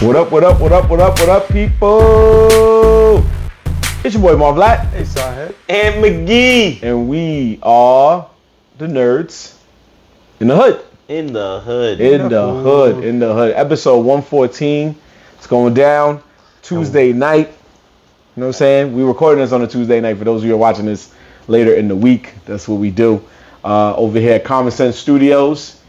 What up, what up, what up, what up, what up, people? It's your boy Marvlat Hey, Sawhead. and McGee and we are the nerds in the hood. in the hood. In the hood, in the hood. Episode 114. It's going down Tuesday night. You know what I'm saying? We recording this on a Tuesday night. For those of you who are watching this later in the week, that's what we do. Uh, over here at Common Sense Studios.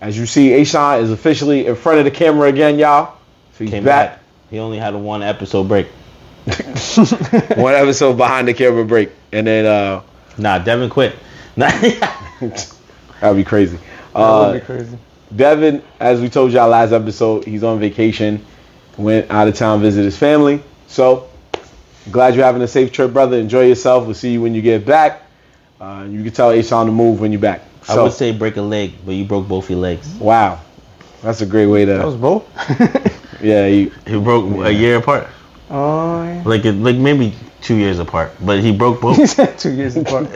As you see, Ashawn is officially in front of the camera again, y'all. So he's Came back. back. He only had a one episode break. one episode behind the camera break, and then uh, Nah, Devin quit. that'd be crazy. that Uh, would be crazy. Devin, as we told y'all last episode, he's on vacation, went out of town, visit his family. So glad you're having a safe trip, brother. Enjoy yourself. We'll see you when you get back. Uh, you can tell Ace on the move when you're back. I So would say break a leg, but you broke both your legs. wow, that's a great way to That was both? yeah. You, He broke a year apart, oh, yeah. like it- like maybe two years apart. But he broke He both. said two years apart.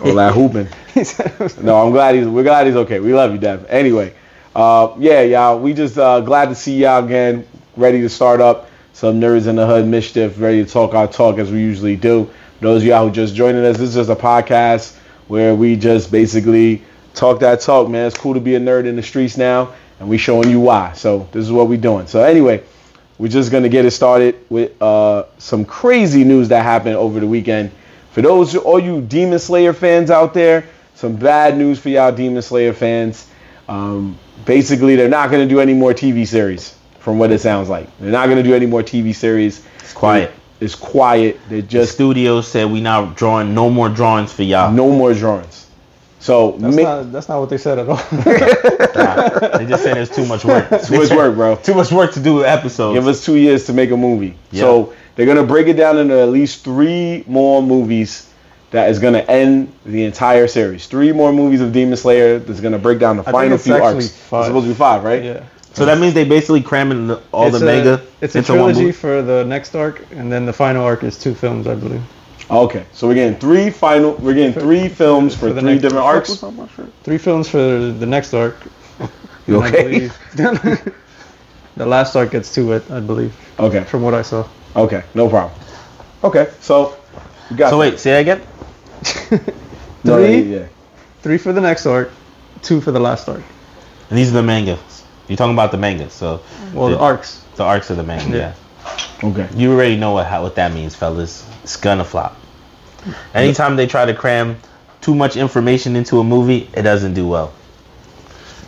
all that hooping. he said it was No, I'm glad he's. We're glad he's okay. We love you, Dev. Anyway, uh, yeah, y'all. We just uh, glad to see y'all again. Ready to start up some nerds in the hood mischief. Ready to talk our talk as we usually do. For those of y'all who just joining us, this is just a podcast where we just basically talk that talk, man. It's cool to be a nerd in the streets now, and we showing you why. So this is what we doing. So anyway, we're just gonna get it started with uh, some crazy news that happened over the weekend. For those, all you Demon Slayer fans out there, some bad news for y'all Demon Slayer fans. Um, basically, they're not gonna do any more TV series, from what it sounds like. They're not gonna do any more TV series. It's quiet. It's quiet. They're The just studio said we not drawing no more drawings for y'all. no more drawings. So that's, ma- not, that's not what they said at all. Nah, they just said there's too much work. too much work, bro. Too much work to do with episodes. Give us two years to make a movie. Yeah. So they're gonna break it down into at least three more movies that is gonna end the entire series. Three more movies of Demon Slayer that's gonna break down the think final it's few actually arcs. five. It's supposed to be five, right? yeah. so that means they basically cramming the, all it's the a, manga It's a into one trilogy movie. for the next arc, and then the final arc is two films, I believe. Oh, Okay. So we're getting three final. We're getting three films for, the three next- different arcs. Three films for the next arc. You and I okay? believe- the last arc gets two, I, I believe, Okay. from what I saw. Okay. No problem. Okay. So we got So wait, say that again. No, three? yeah. Three for the next arc, two for the last arc. And these are the mangas. You're talking about the manga, so Well, the Yeah. arcs. the arcs of the manga. Yeah. yeah. Okay. You already know what how, what that means, fellas. It's gonna flop. Anytime they try to cram too much information into a movie, it doesn't do well.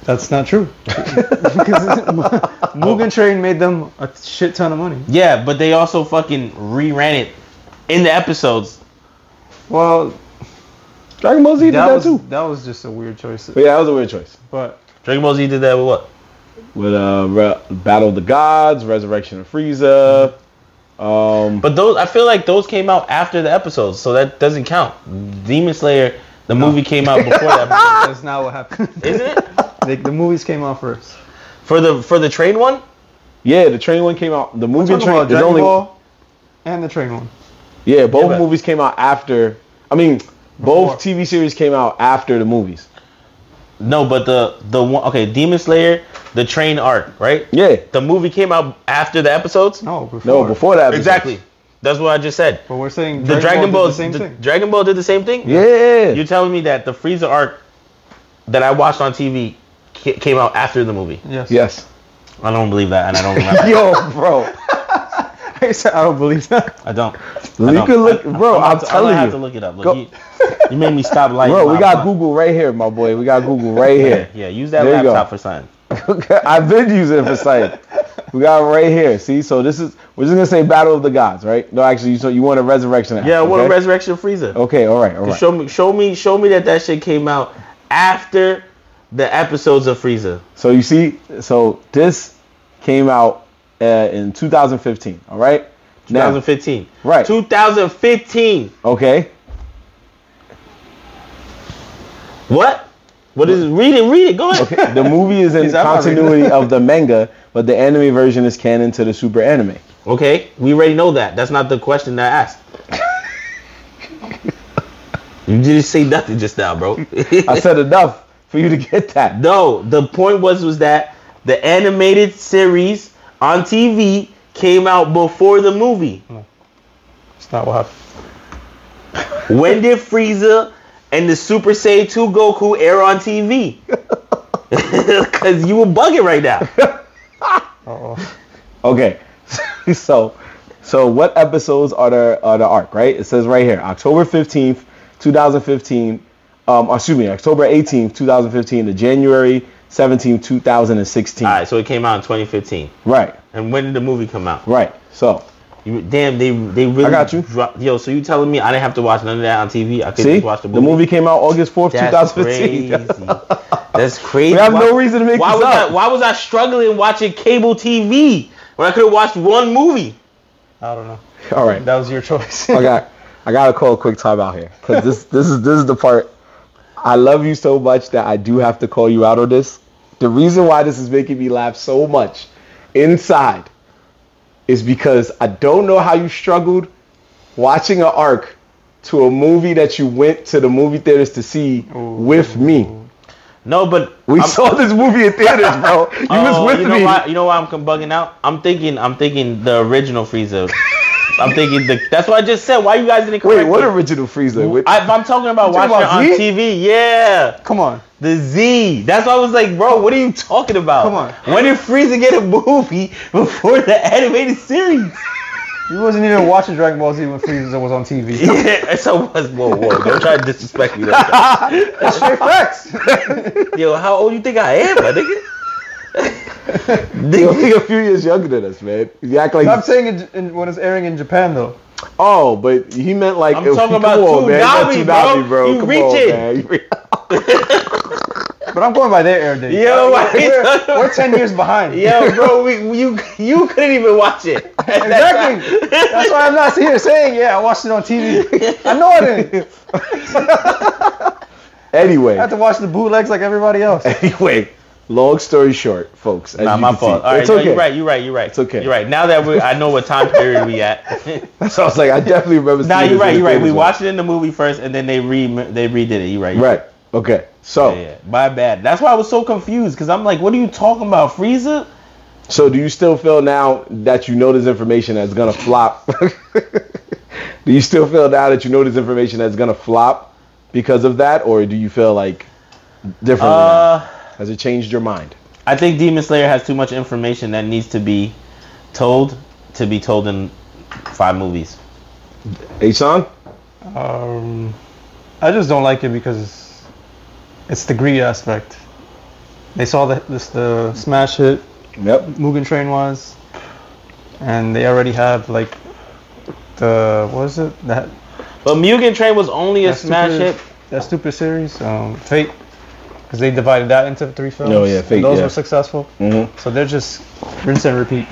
That's not true. because Mugen Train made them a shit ton of money. Yeah, but they also fucking reran it in the episodes. Well, Dragon Ball Z did that that, was too. that was just a weird choice. But yeah, that was a weird choice. But Dragon Ball Z did that with what? With uh, Re- Battle of the Gods, Resurrection of Frieza. Um, But those, I feel like those came out after the episodes, so that doesn't count. Demon Slayer, the movie came out before that, episode, that's not what happened. isn't it? the, the movies came out first. For the for the train one, Yeah, the train one came out. The movie Talking train about is Dragon only Ball and the train one. yeah. Both Yeah, but- movies came out after. I mean, both Before. TV series came out after the movies. no, but the the one okay, Demon Slayer, the train arc, right? Yeah. The movie came out after the episodes. No, before. No, before that. episode. Exactly. That's what I just said. But we're saying The Dragon Ball, did the same the thing. Dragon Ball did the same thing. Yeah. You're telling me that the Frieza arc that I watched on TV ca- came out after the movie? Yes. yes. I don't believe that, and I don't. remember. Yo, bro. I said I don't believe that. I don't. You don't. can look, bro. I'm I'm, gonna- telling gonna have you, to look it up. Look, Go- you, you made me stop like. bro. We got Google right here, my boy. We got Google right Yeah, here. yeah. Use that There you go. laptop for something. I've been using it for sight. We got it right here. See, so this is we're just gonna say Battle of the Gods, right? No, actually, so you want a resurrection? act, Yeah, I want okay? a Resurrection Frieza. Okay, all right, all right. Show me, show me, show me that that shit came out after the episodes of Frieza. So you see, so this came out uh, in 2015. All right. Now, 2015. Right. 2015. okay. What? What is it? Read it, read it. Go ahead. Okay. The movie is in He's out already. continuity of the manga, but the anime version is canon to the super anime. Okay, we already know that. That's not the question that I asked. you didn't say nothing just now, bro. I said enough for you to get that. no, the point was was that the animated series on TV came out before the movie. It's not what happened. When did Frieza and the Super Saiyan 2 Goku air on TV? Because you were bugging right now. Uh-oh. Okay, so so what episodes are the are the arc? Right, it says right here, October fifteenth, two thousand fifteen. Um, or excuse me, October eighteenth, two thousand fifteen, to January seventeenth, two thousand and sixteen. All right, so it came out in 2015. Right, And when did the movie come out? right. So You, damn, they they really got you. dropped- yo, so you telling me I didn't have to watch none of that on TV? I could see, just watch the movie. came out August fourth, two That's thousand crazy. fifteen. That's crazy. We have no reason to make why this was up. I, why was I struggling watching cable TV when I could have watched one movie? I don't know. All right, That was your choice. I got I gotta call a quick timeout here because this this is this is the part. I love you so much that I do have to call you out on this. The reason why this is making me laugh so much inside is because I don't know how you struggled watching an arc to a movie that you went to the movie theaters to see with me. No, but We I'm- saw this movie in theaters, bro. You Oh, was with you know me. Why, you know why I'm com- bugging out? I'm thinking I'm thinking the original Frieza. I'm thinking the, that's what I just said. Why you guys didn't correct Wait, what me? original Frieza? With- I, if I'm talking about You talking watching about it on Z? TV, yeah, Come on. the Z. That's why I was like, bro, what are you talking about? Come on. When did Frieza get a movie before the animated series? You wasn't even watching Dragon Ball Z when Frieza was on TV. yeah, so what's whoa, whoa, don't try to disrespect me like that. Straight facts. Yo, how old you think I am, my nigga? Yo, nigga he a few years younger than us, man. You act like I'm he's- saying in, in, when it's airing in Japan though. Oh, but he meant like I'm if- talking come about on, man. Not Tsunami, Tsunami, bro. bro. You Come reaching. on, man. But I'm going by their air date. Yo, why- we're, we're 10 years behind. Yo, bro, we, you you couldn't even watch it. Exactly. That's why I'm not here saying, yeah, I watched it on TV. I know I didn't. Anyway, I had to watch the bootlegs like everybody else. anyway. Long story short, folks. As Nah, you my can see- fault. All right, it's no, okay. you're right. You're right. You're right. It's okay. You're right. Now that we, I know what time period we at. So I was like, I definitely remember. nah, seeing you're this in right. the You're right. theaters We once. watched it in the movie first, and then they re they redid it. You're right. You're Right. Oh. Okay. So, Yeah, yeah. my bad. That's why I was so confused because I'm like, what are you talking about, Frieza? so do you still feel now that you know this information that's gonna flop? do you still feel now that you know this information that's gonna flop because of that, or do you feel like differently? now? Uh, Has it changed your mind? I think Demon Slayer has too much information that needs to be told to be told in five movies. Asan? Um, I just don't like it because it's the greed aspect. They saw the, this, the smash hit Yep. Mugen Train was, and they already had like the what was it that But Mugen Train was only a that smash stupid, hit. that stupid series um, Fate because they divided that into three films. Oh, yeah, and Fate, those yeah. were successful, Mhm. so they're just rinse and repeat.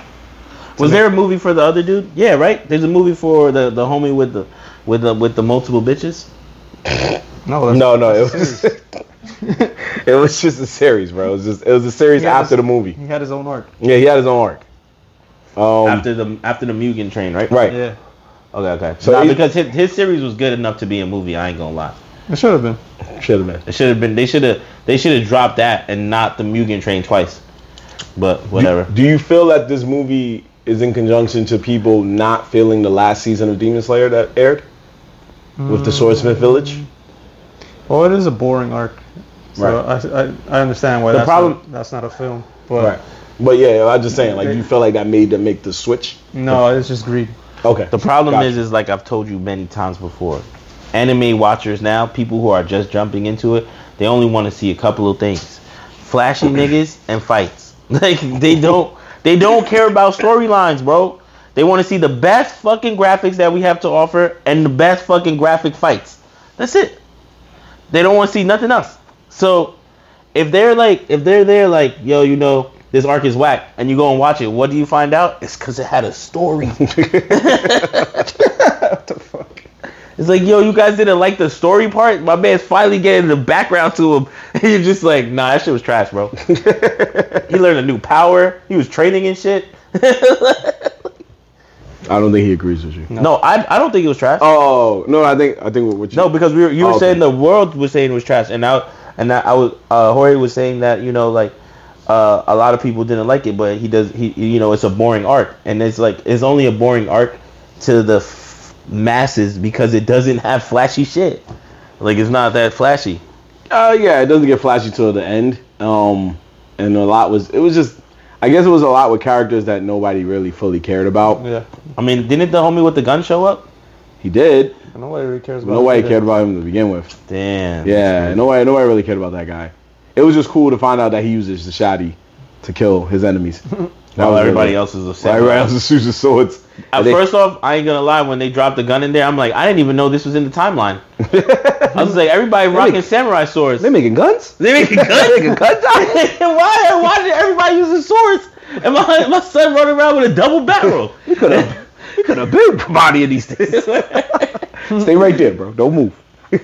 Was there a movie for the other dude? Yeah, right. There's a movie for the, the homie with the with the with the multiple bitches. No, that's, No, no, it was it was just a series, bro. It was just it was a series Yeah, after the movie. he had his own arc. Yeah, he had his own arc. Um, after the after the Mugen Train, right? right. Yeah, Okay, okay. So nah, it- because his, his series was good enough to be a movie. I ain't gonna lie. it should have been. Should have been. It should have been. They should have. They should have dropped that and not the Mugen Train twice. But whatever. Do you feel that this movie is in conjunction to people not feeling the last season of Demon Slayer that aired with the Swordsmith Village? Well, it is a boring arc. So I, I, I understand why The that's, problem- not, that's not a film. But Right. But yeah, I'm just saying, like, you feel like that made them make the switch. no, it's just greed. Okay. the problem Gotcha. is, is like I've told you many times before. Anime watchers now, people who are just jumping into it, they only want to see a couple of things: flashy niggas and fights. Like they don't, they don't care about storylines, bro. They want to see the best fucking graphics that we have to offer and the best fucking graphic fights. That's it. They don't want to see nothing else. So if they're like if they're there like yo you know this arc is whack and you go and watch it what do you find out it's because it had a story it's like yo you guys didn't like the story part my man's finally getting the background to him and you're just like nah that shit was trash bro he learned a new power he was training and shit I don't think he agrees with you. no I, I don't think it was trash Oh no, I think I think what- what you. No, because we were, you were Oh, okay. saying the world was saying it was trash, and now and I, I was uh, Hori was saying that you know like uh, a lot of people didn't like it, but he does. He you know it's a boring arc, and it's like it's only a boring arc to the f- masses because it doesn't have flashy shit. Like it's not that flashy. Uh, yeah, it doesn't get flashy till the end. Um, and a lot was it was just, I guess it was a lot with characters that nobody really fully cared about. Yeah. I mean, didn't the homie with the gun show up? He did. Nobody really cares about. Nobody him. cared about him to begin with. Damn. Yeah, nobody nobody really cared about that guy. It was just cool to find out that he uses the shotty to kill his enemies. That While was Oh, everybody really- else is upset. while everybody else is using swords. At And they- first off, I ain't gonna lie. When they dropped the gun in there, I'm like, I didn't even know this was in the timeline. I was like, everybody rocking make- samurai swords. they making guns. They making They making guns. guns out. why? Why did everybody using swords? And my my son running around with a double barrel. We could have we could have been bodying these things. Stay right there, bro. Don't move.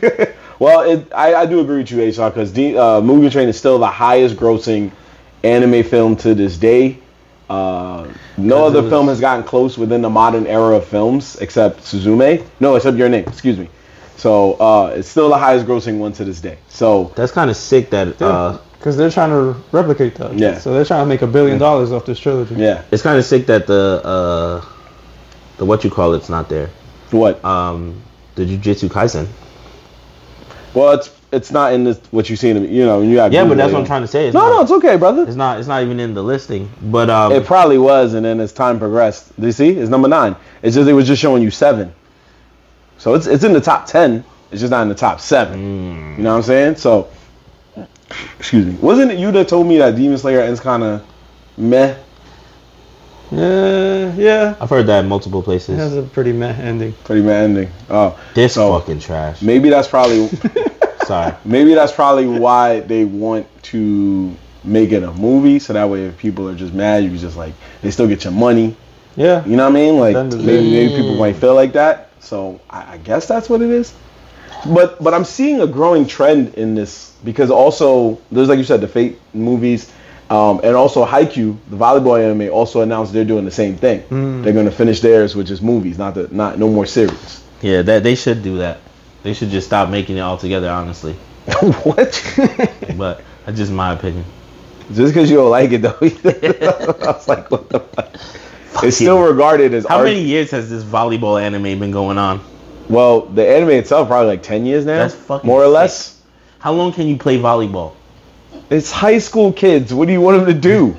well, it, I, I do agree with you, HR, because uh, Mugen Train is still the highest grossing anime film to this day. Uh, no Because it other was- film has gotten close within the modern era of films except Suzume. No, except Your Name. Excuse me. So uh, it's still the highest grossing one to this day. So That's kind of sick. That uh, Because they're trying to replicate that. Yeah. So they're trying to make a billion dollars off this trilogy. yeah, it's kind of sick that the uh, the what you call it's not there. what? Um, the Jujutsu Kaisen. well, it's it's not in this what you see in the, you know you got Yeah, but that's what I'm trying to say. It's No, not, no, it's okay, brother. it's not. It's not even in the listing. But um, It probably was, and then as time progressed, do you see? It's number nine. It's just it was just showing you seven. So it's it's in the top ten. It's just not in the top seven. mm, You know what I'm saying? So, excuse me. Wasn't it you that told me that Demon Slayer ends kind of meh? Yeah. Yeah. I've heard that in multiple places. It has a pretty meh ending. Pretty meh ending. Oh, This So- fucking trash. maybe that's probably Sorry. maybe that's probably why they want to make it a movie so that way if people are just mad, you just like they still get your money. Yeah. You know what I mean? Like Then the- maybe, maybe people might feel like that. So I, I guess that's what it is. But but I'm seeing a growing trend in this because also there's like you said the Fate movies, um, and also Haikyuu, the volleyball anime, also announced they're doing the same thing. Hmm. They're going to finish theirs with just movies, not the not no more series. Yeah, that they should do that. They should just stop making it altogether. Honestly, what? but that's just my opinion. just because you don't like it though, I was like, what the fuck? It's still regarded as How art. many years has this volleyball anime been going on? Well, the anime itself probably like ten years now, That's fucking more or sick. less. How long can you play volleyball? It's high school kids. What do you want him to do?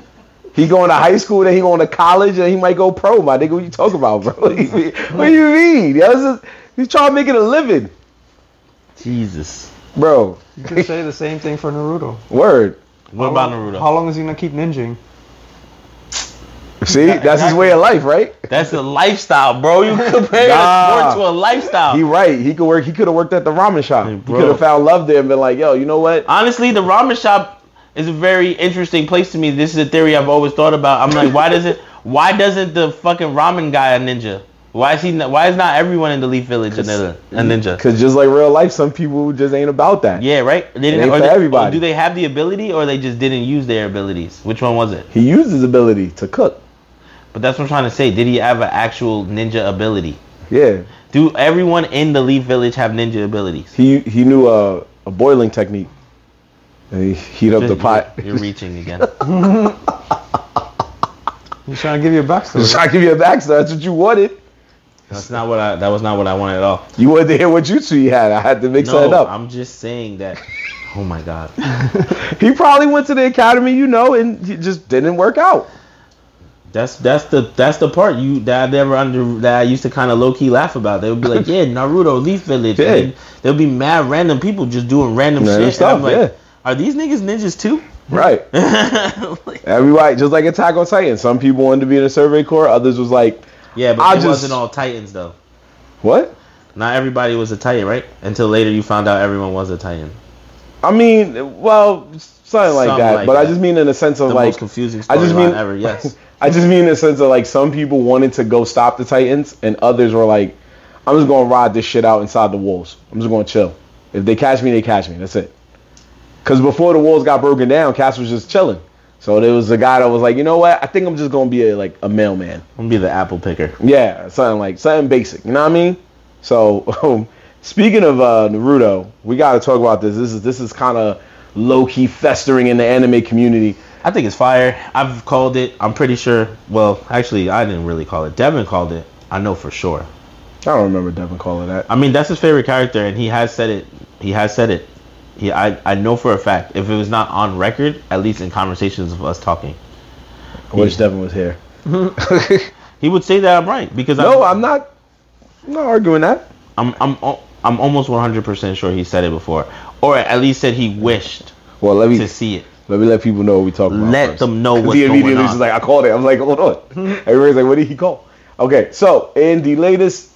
He going to high school, then he going to college, and he might go pro. My nigga, what you talking about, bro? what do you mean? What do you mean? That's just- he's trying to make it a living, Jesus. bro. You could say the same thing for Naruto. Word. What How about long- Naruto? How long is he gonna keep ninjing? See, that's his way of life, right? That's a lifestyle, bro. You compare Nah. a sport to a lifestyle. He right. He could work. He could have worked at the ramen shop. Uh, Hey, He bro. could have found love there and been like, yo, you know what? Honestly, the ramen shop is a very interesting place to me. This is a theory I've always thought about. I'm like, why doesn't why doesn't the fucking ramen guy a ninja? Why is he? Not, why is not everyone in the Leaf Village a ninja? A ninja? Cause just like real life, some people just ain't about that. Yeah, right. They ain't or for they- or everybody. do they have the ability, or they just didn't use their abilities? Which one was it? He used his ability to cook. But that's what I'm trying to say. Did he have an actual ninja ability? Yeah. Do everyone in the Leaf Village have ninja abilities? He he knew a, a boiling technique. And he heat up the You're- pot. You're, reaching again. He's trying to give you a backstory. Try to give you a backstory. That's what you wanted. That's not what I. That was not what I wanted at all. You wanted to hear what jutsu he had. I had to mix No, that up. I'm just saying that. Oh my god. He probably went to the academy, you know, and he just didn't work out. That's that's the that's the part you that I never under that I used to kind of low key laugh about. They would be like, yeah, Naruto Leaf Village. Yeah. And then there'll be mad random people just doing random, Random shit. stuff, and I'm like, yeah. are these niggas ninjas too? Right. Like, Everybody, just like Attack on Titan. Some people wanted to be in the Survey Corps. Others was like, yeah, but I it just- wasn't all Titans though. what? Not everybody was a Titan, right? Until later you found out everyone was a Titan. I mean, well, something like Something that. like but I that. just mean in the sense of The like, most confusing I just mean storyline ever. Yes. I just mean in the sense of like some people wanted to go stop the Titans, and others were like, I'm just gonna ride this shit out inside the walls. I'm just gonna chill. If they catch me, they catch me. That's it. Cause before the walls got broken down, Cass was just chilling. So there was a guy that was like, you know what? I think I'm just gonna be a, like a mailman. I'm gonna be the apple picker. Yeah, something like something basic. You know what I mean? So um, speaking of uh, Naruto, we got to talk about this. This is this is kind of low key festering in the anime community. I think it's fire. I've called it. I'm pretty sure. Well, actually, I didn't really call it. Devin called it. I know for sure. I don't remember Devin calling that. I mean, that's his favorite character, and he has said it. He has said it. He, I, I know for a fact. If it was not on record, at least in conversations of us talking, I wish Devin was here. he would say that I'm right because no, I'm, I'm not. I'm not arguing that. I'm I'm al- I'm almost 100% sure he said it before, or at least said he wished Well, let me to see it. let me let people know what we talk about. Let first. them know 'Cause what's he going immediately on. just like I called it. I'm like, hold on. Everybody's like, what did he call? Okay, so in the latest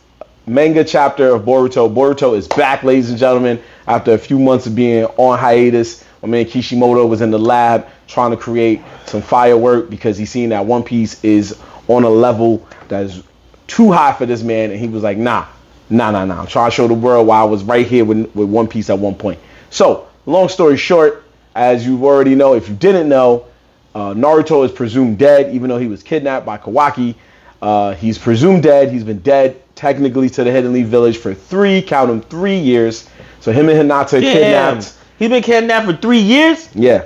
manga chapter of Boruto, Boruto is back, ladies and gentlemen. After a few months of being on hiatus, my man Kishimoto was in the lab trying to create some firework because he's seen that One Piece is on a level that is too high for this man, and he was like, nah, nah, nah, nah. I'm trying to show the world why I was right here with, with One Piece at one point. So, long story short, as you already know, if you didn't know, uh, Naruto is presumed dead, even though he was kidnapped by Kawaki. Uh, he's presumed dead. He's been dead technically to the Hidden Leaf Village for three, count them, three years. So him and Hinata Damn, kidnapped. he's been kidnapped for three years. Yeah,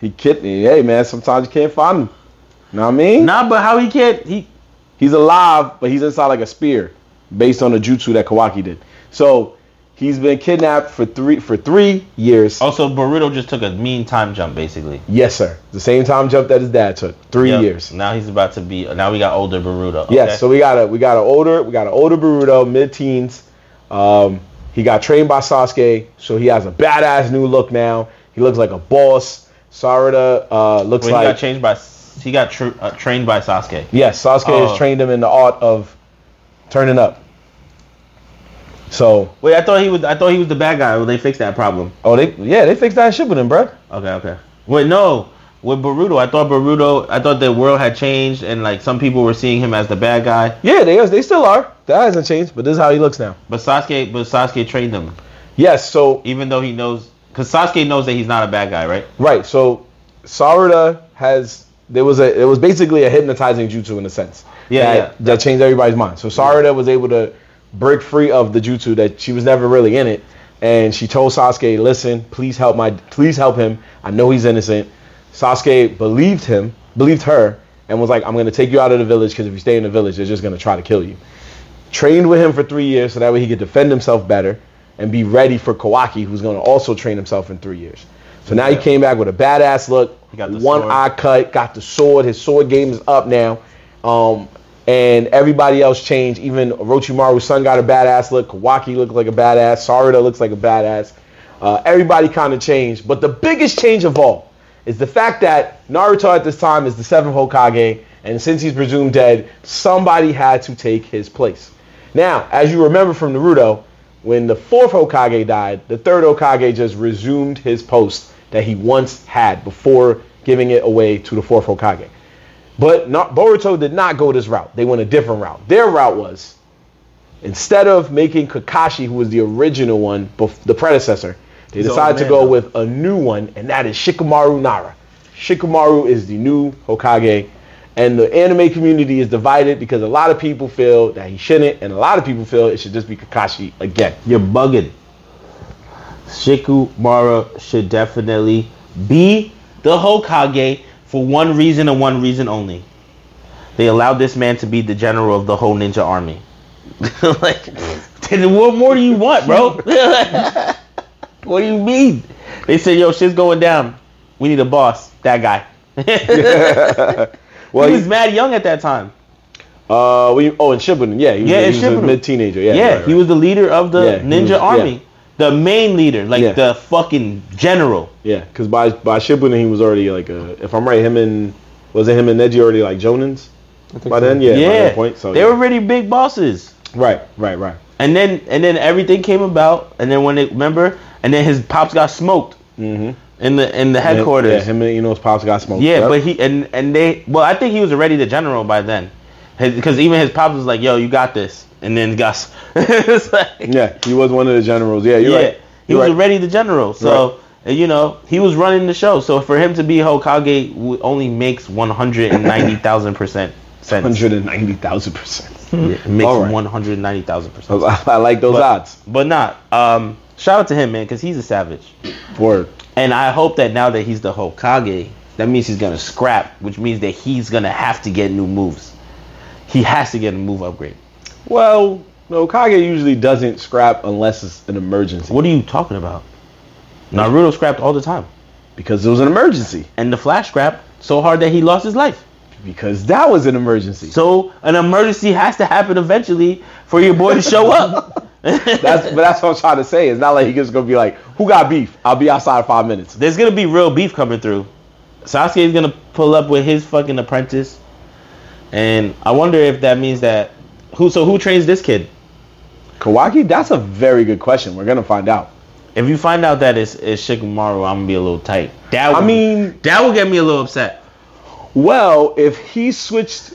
he kidnapped. Hey man, sometimes you can't find him. Know what I mean? Nah, but how he can't? He He's alive, but he's inside like a spear, based on a jutsu that Kawaki did. So he's been kidnapped for three for three years. also Boruto just took a mean time jump basically. Yes, sir. The same time jump that his dad took. Three Yep. years. Now he's about to be. Now we got older Boruto. Yes, okay? so we got a we got an older we got an older Boruto, mid-teens. Um, he got trained by Sasuke, so he has a badass new look now. He looks like a boss. Sarada uh, looks Well, he like got changed by. He got tr- uh, trained by Sasuke. yes. Sasuke Oh. has trained him in the art of turning up. So, Wait, I thought he was. I thought he was the bad guy. Well, they fixed that problem. oh they yeah they fixed that shit with him, bruh. Okay, okay. Wait, no. With Boruto, I thought Boruto. I thought the world had changed, and like some people were seeing him as the bad guy. Yeah, they they still are. That hasn't changed, but this is how he looks now. But Sasuke, but Sasuke trained him, Yes, so even though he knows, because Sasuke knows that he's not a bad guy, right? Right. So Sarada has there was a it was basically a hypnotizing jutsu in a sense. Yeah, That, yeah. that changed everybody's mind. So Sarada was able to break free of the jutsu that she was never really in it, and she told Sasuke, "Listen, please help my please help him. I know he's innocent." Sasuke believed him, believed her, and was like, "I'm gonna take you out of the village because if you stay in the village, they're just gonna try to kill you." trained with him for three years so that way he could defend himself better and be ready for Kawaki, who's going to also train himself in three years. So now he came back with a badass look, He got the one sword. eye cut, got the sword. His sword game is up now, um, and everybody else changed. Even Orochimaru's son got a badass look. Kawaki looked like a badass. Sarada looks like a badass. Uh, everybody kind of changed, but the biggest change of all is the fact that Naruto at this time is the seventh Hokage, and since he's presumed dead, somebody had to take his place. Now, as you remember from Naruto, when the fourth Hokage died, the third Hokage just resumed his post that he once had before giving it away to the fourth Hokage. But not, Boruto did not go this route. They went a different route. Their route was instead of making Kakashi, who was the original one, bef- the predecessor, they He's decided to old man go now. with a new one, and that is Shikamaru Nara. Shikamaru is the new Hokage, and the anime community is divided because a lot of people feel that he shouldn't, and a lot of people feel it should just be Kakashi again. You're bugging. Shikamaru should definitely be the Hokage for one reason and one reason only. They allowed this man to be the general of the whole ninja army. like, then what more do you want, bro? what do you mean? They said, yo, shit's going down. We need a boss. That guy. Well, he he- was mad young at that time. uh, we, oh, and Shippuden, yeah, he was, Yeah, he in was a Shippuden. mid-teenager, yeah, Yeah, right, right. he was the leader of the Yeah, he ninja was- yeah. army. The main leader, like Yeah. the fucking general. Yeah, because by by Shippuden he was already like a, if I'm right, him and was it him and Neji already like Jonins I think by so. then? Yeah, yeah, by that point. So they yeah. were already big bosses. right, right, right. And then and then everything came about. And then when they remember, and then his pops got smoked Mm-hmm. in the in the Yeah, headquarters. Yeah, him and Eno's pops got smoked. Yep. but he and and they well, I think he was already the general by then, because even his pops was like, "Yo, you got this." And then Gus, it's like, yeah, he was one of the generals. Yeah, you're yeah, right. he You're was right. already the general. So. and, You know, he was running the show, so for him to be Hokage w- only makes one hundred and ninety thousand percent sense. Hundred and ninety thousand percent. Yeah, it makes All right. one hundred ninety thousand percent. I like those But- odds. But not. Um, shout out to him, man, because he's a savage. Word. And I hope that now that he's the Hokage, That means he's gonna scrap, which means that he's gonna have to get new moves. He has to get a move upgrade. Well, no, Kage usually doesn't scrap unless it's an emergency What are you talking about? Naruto scrapped all the time, because it was an emergency and the Flash scrapped so hard that he lost his life. because that was an emergency. So an emergency has to happen eventually for your boy to show up. That's but that's what I'm trying to say. It's not like he's just gonna be like, "Who got beef? I'll be outside in five minutes." There's gonna be real beef coming through. Sasuke is gonna pull up with his fucking apprentice, and I wonder if that means that who so who trains this kid? Kawaki, that's a very good question. We're gonna find out. If you find out that it's, it's Shikamaru, I'm gonna be a little tight. That I would- mean, that will get me a little upset. well, if he switched,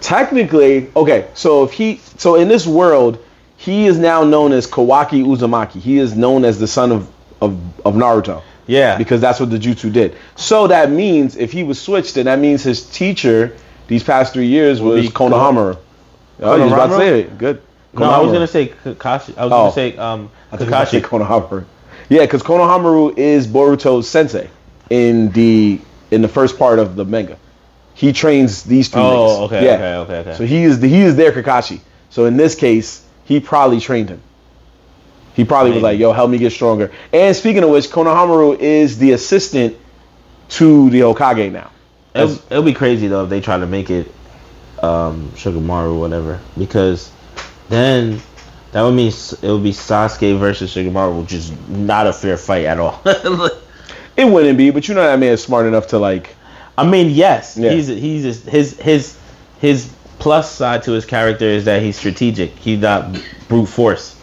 technically, okay. So if he, so in this world, he is now known as Kawaki Uzumaki. He is known as the son of of, of Naruto. Yeah, because because that's what the jutsu did. So that means if he was switched, then that means his teacher these past three years was be Konohamaru. Oh, you was about to Konohamaru? say it. Good. no, I was Konohamaru. gonna say Kakashi. I Oh. was gonna say um I think I said Kakashi. Konohamaru. Yeah, because Konohamaru is Boruto's sensei in the in the first part of the manga. He trains these two. niggas. Oh, okay, Yeah. okay, okay, okay. So he is the, he is their Kakashi. So in this case, he probably trained him. He probably was Maybe. like, "Yo, help me get stronger." And speaking of which, Konohamaru is the assistant to the Hokage now. It'll, it'll be crazy though if they try to make it um Shikamaru or whatever because then that would mean s- it would be Sasuke versus Shikamaru, which is not a fair fight at all. It wouldn't be, but you know that man is smart enough to like. I mean, yes, Yeah. he's he's just- his his his plus side to his character is that he's strategic. He's not brute force.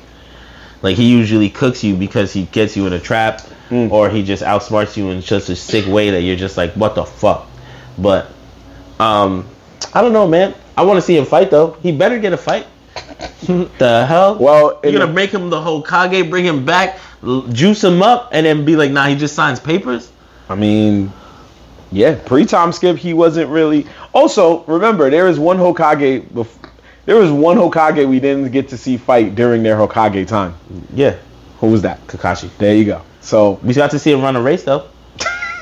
Like he usually cooks you because he gets you in a trap, Mm. or he just outsmarts you in just a sick way that you're just like, what the fuck. But um, I don't know, man. I want to see him fight though. He better get a fight. the hell? Well, you're in- gonna make him the whole Kage, bring him back, l- juice him up, and then be like, nah, he just signs papers. I mean, yeah, pre time skip, he wasn't really. Also, remember there is one Hokage. Bef- there was one Hokage we didn't get to see fight during their Hokage time. Yeah, Who was that? Kakashi. There you go. So We got to see him run a race though.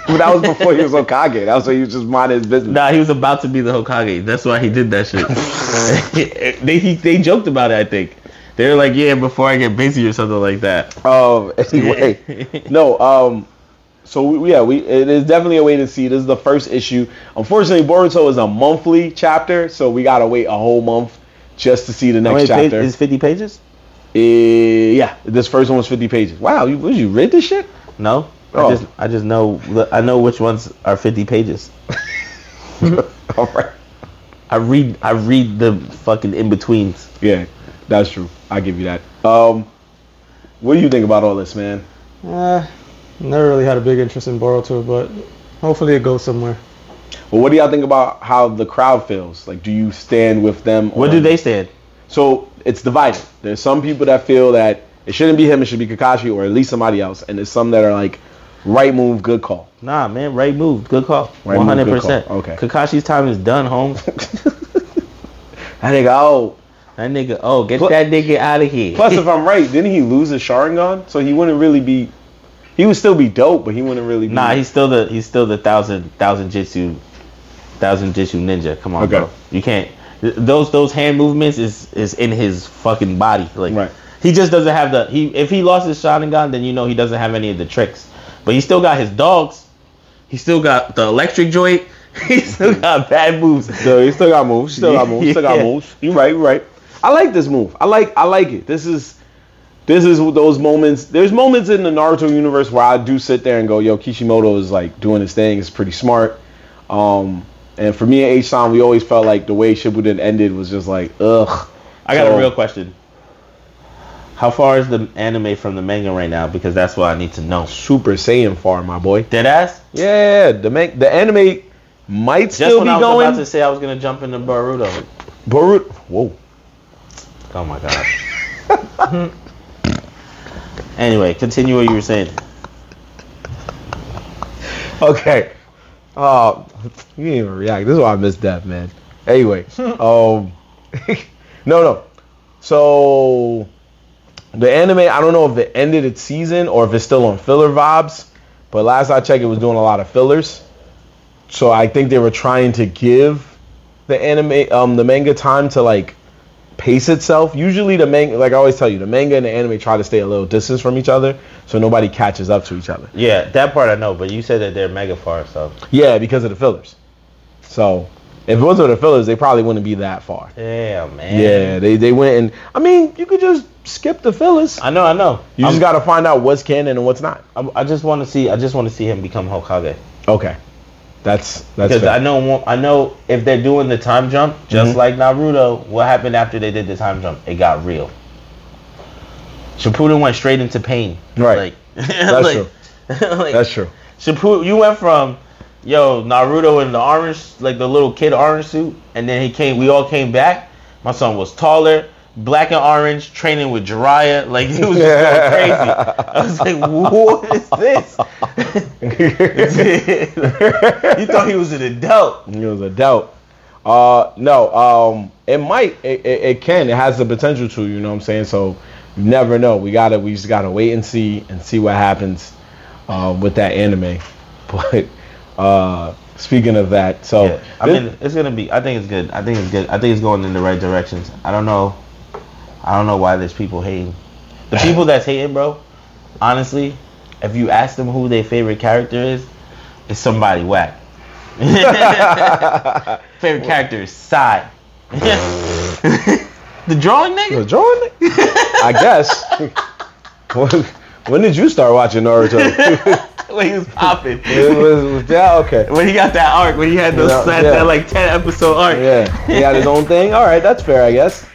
but that was before he was Hokage. That was when he was just minding his business. Nah, he was about to be the Hokage. That's why he did that shit. they he, they joked about it, I think. They were like, "Yeah, before I get busy or something like that." Um. Anyway, no. Um. So we, yeah, we it is definitely a way to see. This is the first issue. Unfortunately, Boruto is a monthly chapter, so we gotta wait a whole month just to see the How many next pages? chapter. Is fifty pages? Eh, yeah, this first one was 50 pages. Wow, you what, you read this shit? No, Oh. I just I just know I know which ones are fifty pages. All right. I read I read the fucking in betweens. Yeah, that's true. I give you that. Um, what do you think about all this, man? Uh, never really had a big interest in Boruto, but hopefully it goes somewhere. Well, what do y'all think about how the crowd feels? Like, do you stand with them? What on- do they stand? So it's divided. There's some people that feel that it shouldn't be him, it should be Kakashi or at least somebody else, and there's some that are like, right move, good call. Nah, man, right move, good call, Right one move, hundred good percent. call. Okay. Kakashi's time is done, Holmes. I think oh. that nigga, oh, get Plus- that nigga out of here. Plus, if I'm right, didn't he lose his Sharingan? So he wouldn't really be. He would still be dope, but he wouldn't really be. Nah, he's still the he's still the thousand thousand jitsu thousand jitsu ninja. Come on, Okay. bro. You can't th- those those hand movements is is in his fucking body. Like Right. he just doesn't have the he if he lost his Sharingan, then you know he doesn't have any of the tricks. But he still got his dogs. He still got the electric joint. He still got bad moves. So he still got moves. Still got moves. Still got Yeah. moves. You right. You right. I like this move. I like. I like it. This is. This is those moments. There's moments in the Naruto universe where I do sit there and go, "Yo, Kishimoto is like doing his thing. It's pretty smart." Um, and for me and H San, we always felt like the way Shippuden ended was just like, ugh. I got So- a real question. How far is the anime from the manga right now? Because that's what I need to know. Super Saiyan far, my boy. Deadass? Yeah, the man, the anime might Just still when be I was going. about to say I was gonna jump into Baruto. Boruto. Whoa. Oh my god. anyway, continue what you were saying. Okay. Uh, you didn't even react. This is why I miss death, man. Anyway, um, no, no. So the anime, I don't know if it ended its season or if it's still on filler vibes, but last I checked, it was doing a lot of fillers. So I think they were trying to give the anime, um, the manga time to like pace itself. Usually the manga, like I always tell you, the manga and the anime try to stay a little distance from each other, so nobody catches up to each other. Yeah, that part I know, but you said that they're mega far, so Yeah, because of the fillers. So if it wasn't for the fillers, they probably wouldn't be that far. damn man. Yeah, they they went and I mean you could just skip the fillers. I know, I know. You I'm- just got to find out what's canon and what's not. I, I just want to see. I just want to see him become Hokage Okay, that's that's because fair. I know. I know if they're doing the time jump, just Mhm. like Naruto, what happened after they did the time jump? It got real. Shippuden went straight into pain. Right. Like, That's true. like, that's true. Shippuden, you went from yo Naruto in the orange, like the little kid orange suit, and then he came. We all came back. My son was taller, black and orange, training with Jiraiya. Like it was just going crazy. I was like, what is this? you thought he was an adult. It was a doubt. Uh, no, um, it might, it, it, it can, it has the potential to, you know what I'm saying? So you never know. We gotta, we just gotta wait and see and see what happens uh, with that anime. But uh, speaking of that, so Yeah, I mean, it's gonna be. I think it's good. I think it's good. I think it's going in the right directions. I don't know. I don't know why there's people hating. The people that's hating, bro. Honestly, if you ask them who their favorite character is, it's somebody whack. favorite character is Sai. the drawing Yo, nigga. Jordan, I guess. when, when did you start watching Naruto? when he was popping. it was, was- yeah, okay. When he got that arc, when he had those Yeah, that, yeah. that like ten episode arc. Yeah, he had his own thing. All right, that's fair, I guess.